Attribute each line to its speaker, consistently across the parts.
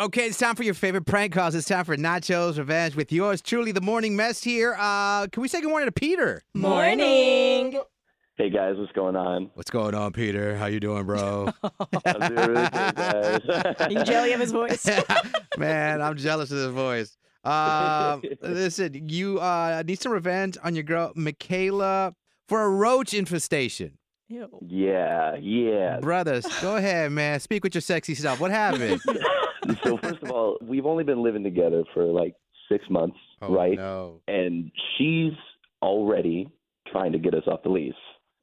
Speaker 1: Okay, it's time for your favorite prank calls. It's time for Nachos Revenge with yours truly, the morning mess here. Uh, can we say good morning to Peter?
Speaker 2: Morning.
Speaker 3: Hey guys, what's going on?
Speaker 1: What's going on, Peter? How you doing, bro?
Speaker 3: I'm doing really good, guys.
Speaker 2: You jelly of his voice.
Speaker 1: Man, I'm jealous of this voice. Um, listen, you uh, need some revenge on your girl Michaela for a roach infestation.
Speaker 2: Ew.
Speaker 3: yeah, yeah.
Speaker 1: Brothers, go ahead, man. Speak with your sexy self. What happened?
Speaker 3: So first of all, we've only been living together for like six months, Oh, right?
Speaker 1: Oh, No.
Speaker 3: And she's already trying to get us off the lease.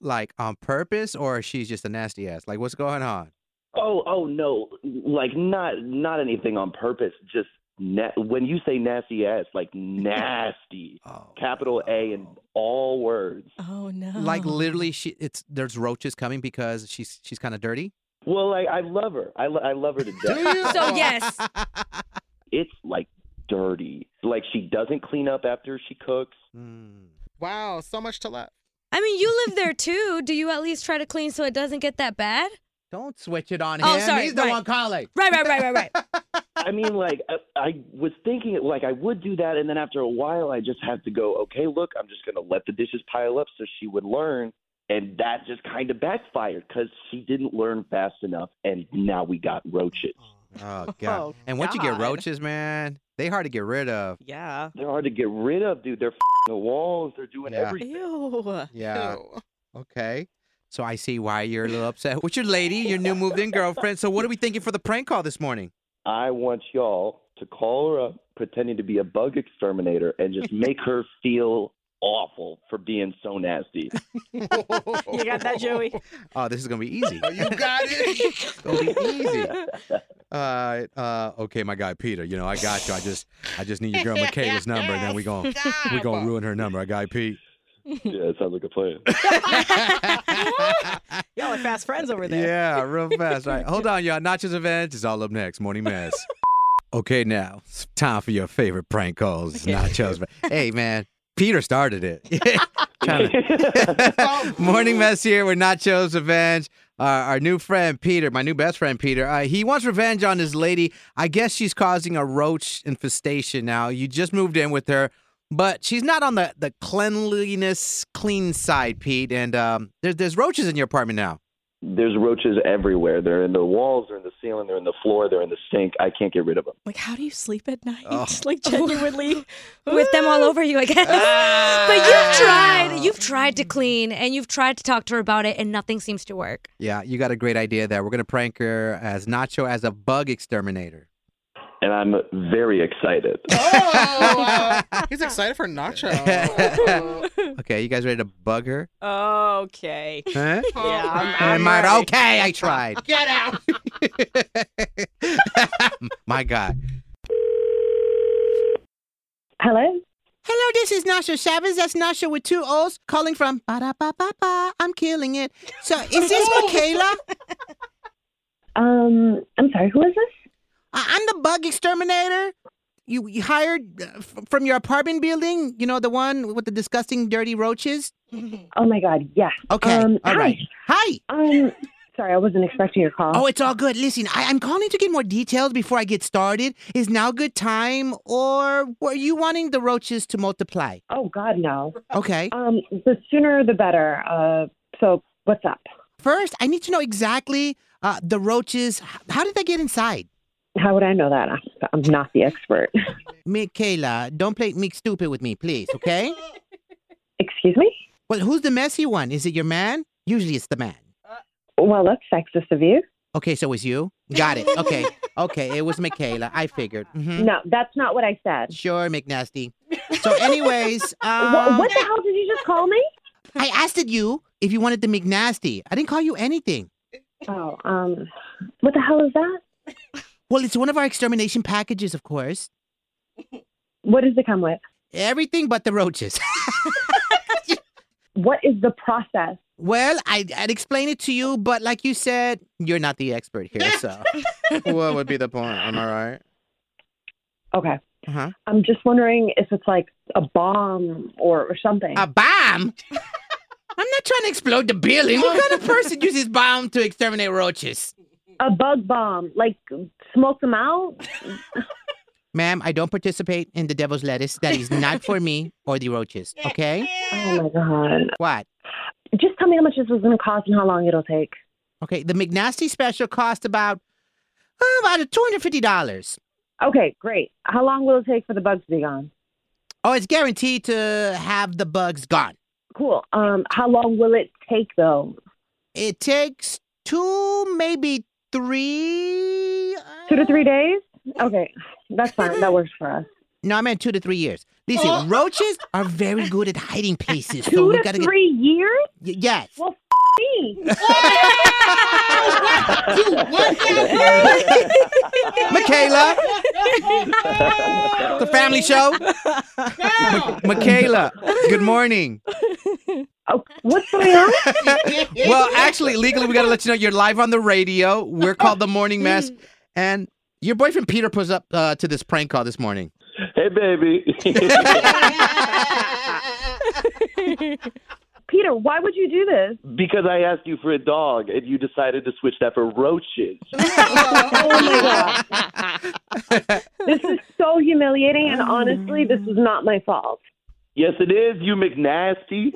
Speaker 1: Like on purpose, or she's just a nasty ass? Like, what's going on?
Speaker 3: Oh, oh no, like not not anything on purpose. Just na- when you say nasty ass, like nasty,
Speaker 1: Oh,
Speaker 3: capital A in all words.
Speaker 2: Oh no.
Speaker 1: Like literally, she it's there's roaches coming because she's she's kind of dirty.
Speaker 3: Well, like I love her. I, lo- I love her to death.
Speaker 2: So, yes.
Speaker 3: it's like dirty. Like she doesn't clean up after she cooks.
Speaker 1: Mm.
Speaker 4: Wow, so much to love.
Speaker 5: I mean, you live there too. Do you at least try to clean so it doesn't get that bad?
Speaker 1: Don't switch it on
Speaker 5: Oh,
Speaker 1: him.
Speaker 5: sorry,
Speaker 1: He's the
Speaker 5: right.
Speaker 1: one calling.
Speaker 5: Right, right, right, right, right.
Speaker 3: I mean, like I, I was thinking, like I would do that, and then after a while, I just had to go. Okay, look, I'm just gonna let the dishes pile up so she would learn, and that just kind of backfired because she didn't learn fast enough, and now we got roaches.
Speaker 1: Oh god.
Speaker 4: Oh,
Speaker 1: and once you get
Speaker 4: God.
Speaker 1: roaches, man, they hard to get rid of.
Speaker 4: Yeah.
Speaker 3: They're hard to get rid of, dude. They're f***ing the walls. They're doing
Speaker 1: Yeah.
Speaker 3: everything.
Speaker 4: Ew.
Speaker 1: Yeah.
Speaker 4: Ew.
Speaker 1: Okay. So I see why you're a little upset with your lady, your new moved in girlfriend. So what are we thinking for the prank call this morning?
Speaker 3: I want y'all to call her up pretending to be a bug exterminator and just make her feel awful for being so nasty.
Speaker 2: You got that, Joey?
Speaker 1: Oh, this is gonna be easy.
Speaker 4: Oh, you got it.
Speaker 1: It's gonna be easy. Uh, uh, okay, my guy Peter. You know, I got you. I just, I just need your girl Michaela's number, and then we gonna, we gonna ruin her number. I got Pete.
Speaker 3: yeah, it sounds like a plan.
Speaker 2: Y'all are fast friends over there.
Speaker 1: Yeah, real fast. All right, hold on, y'all. Nachos Revenge is all up next. Morning mess. okay, now it's time for your favorite prank calls. Nachos. Revenge. Hey, man, Peter started it. Tryna- Morning mess here. We're Nachos Revenge. Our, our new friend Peter, my new best friend Peter, uh, he wants revenge on his lady. I guess she's causing a roach infestation now. You just moved in with her, but she's not on the, the cleanliness clean side, Pete. And um, there's there's roaches in your apartment now.
Speaker 3: There's roaches everywhere. They're in the walls, they're in the ceiling, they're in the floor, they're in the sink. I can't get rid of them.
Speaker 2: Like, how do you sleep at night?
Speaker 1: Oh.
Speaker 2: Like, genuinely.
Speaker 5: With them all over you, I guess. But you've tried. You've tried to clean and you've tried to talk to her about it and nothing seems to work.
Speaker 1: Yeah, you got a great idea there. We're gonna prank her as Nacho as a bug exterminator.
Speaker 3: And I'm very excited.
Speaker 4: Oh, wow. he's excited for Nacho.
Speaker 1: okay, you guys ready to bug her?
Speaker 2: Okay.
Speaker 1: Huh?
Speaker 4: Oh,
Speaker 2: Yeah, I'm-
Speaker 1: Am
Speaker 4: wow.
Speaker 1: I okay? I tried.
Speaker 4: Get out.
Speaker 1: My God.
Speaker 6: Hello.
Speaker 1: Hello, this is Nasha Chavez. That's Nasha with two O's calling from ba da ba ba ba. I'm killing it. So is this Michaela?
Speaker 6: Um, I'm sorry. Who is this?
Speaker 1: I- I'm the bug exterminator. You, you hired uh, f- from your apartment building, you know, the one with the disgusting dirty roaches?
Speaker 6: Oh my God. Yes.
Speaker 1: Okay.
Speaker 6: Um,
Speaker 1: all
Speaker 6: hi.
Speaker 1: right. Hi.
Speaker 6: Um, sorry, I wasn't expecting your call.
Speaker 1: Oh, it's all good. Listen, I, I'm calling to get more details before I get started. Is now good time, or were you wanting the roaches to multiply?
Speaker 6: Oh, God, no.
Speaker 1: Okay.
Speaker 6: Um, the sooner the better. Uh, so what's up?
Speaker 1: First, I need to know exactly uh, the roaches. h- How did they get inside?
Speaker 6: How would I know that? I'm- I'm not the expert.
Speaker 1: Michaela, don't play me stupid with me, please, okay?
Speaker 6: Excuse me.
Speaker 1: well, who's the messy one? Is it your man? Usually it's the man.
Speaker 6: Well, that's sexist of you.
Speaker 1: Okay, so it's you? Got it. Okay. Okay, it was Michaela. I figured. Mhm.
Speaker 6: No, that's not what I said.
Speaker 1: Sure, McNasty. So, anyways, um,
Speaker 6: Wha what the hell did you just call me?
Speaker 1: I asked it you if you wanted the McNasty. I didn't call you anything.
Speaker 6: Oh, um, what the hell is that?
Speaker 1: Well, it's one of our extermination packages, of course.
Speaker 6: What does it come with?
Speaker 1: Everything but the roaches.
Speaker 6: What is the process?
Speaker 1: well, I, I'd explain it to you, but like you said, you're not the expert here, so what would be the point? Am I right?
Speaker 6: Okay.
Speaker 1: Uh-huh.
Speaker 6: I'm just wondering if it's like a bomb or, or something.
Speaker 1: A bomb? I'm not trying to explode the building. What kind of person uses bomb to exterminate roaches?
Speaker 6: a bug bomb, like smoke them out.
Speaker 1: Ma'am, I don't participate in the devil's lettuce. That is not for me or the roaches. Okay?
Speaker 6: Oh my god!
Speaker 1: What?
Speaker 6: Just tell me how much this was going to cost and how long it'll take.
Speaker 1: Okay, the McNasty special cost about uh, about two hundred fifty dollars.
Speaker 6: Okay, great. How long will it take for the bugs to be gone?
Speaker 1: Oh, it's guaranteed to have the bugs gone.
Speaker 6: Cool. Um, how long will it take though?
Speaker 1: It takes two, maybe three. uh,
Speaker 6: Two to three days? Okay, that's fine. That works for us.
Speaker 1: No, I meant two to three years. Listen, roaches are very good at hiding places, so
Speaker 6: Oh. Two
Speaker 1: we
Speaker 6: to
Speaker 1: gotta
Speaker 6: three years?
Speaker 1: get. Y- yes.
Speaker 6: Well, Me.
Speaker 4: Michaela, the family show. Michaela, good morning.
Speaker 6: Oh, what's going on?
Speaker 4: Well, actually, legally, we got to let you know you're live on the radio. We're called The Morning Mess. And your boyfriend Peter pulls up uh, to this prank call this morning.
Speaker 3: Hey, baby.
Speaker 6: Peter, why would you do this?
Speaker 3: because I asked you for a dog and you decided to switch that for roaches.
Speaker 6: This is so humiliating, and honestly, this was not my fault.
Speaker 3: yes, it is, you McNasty.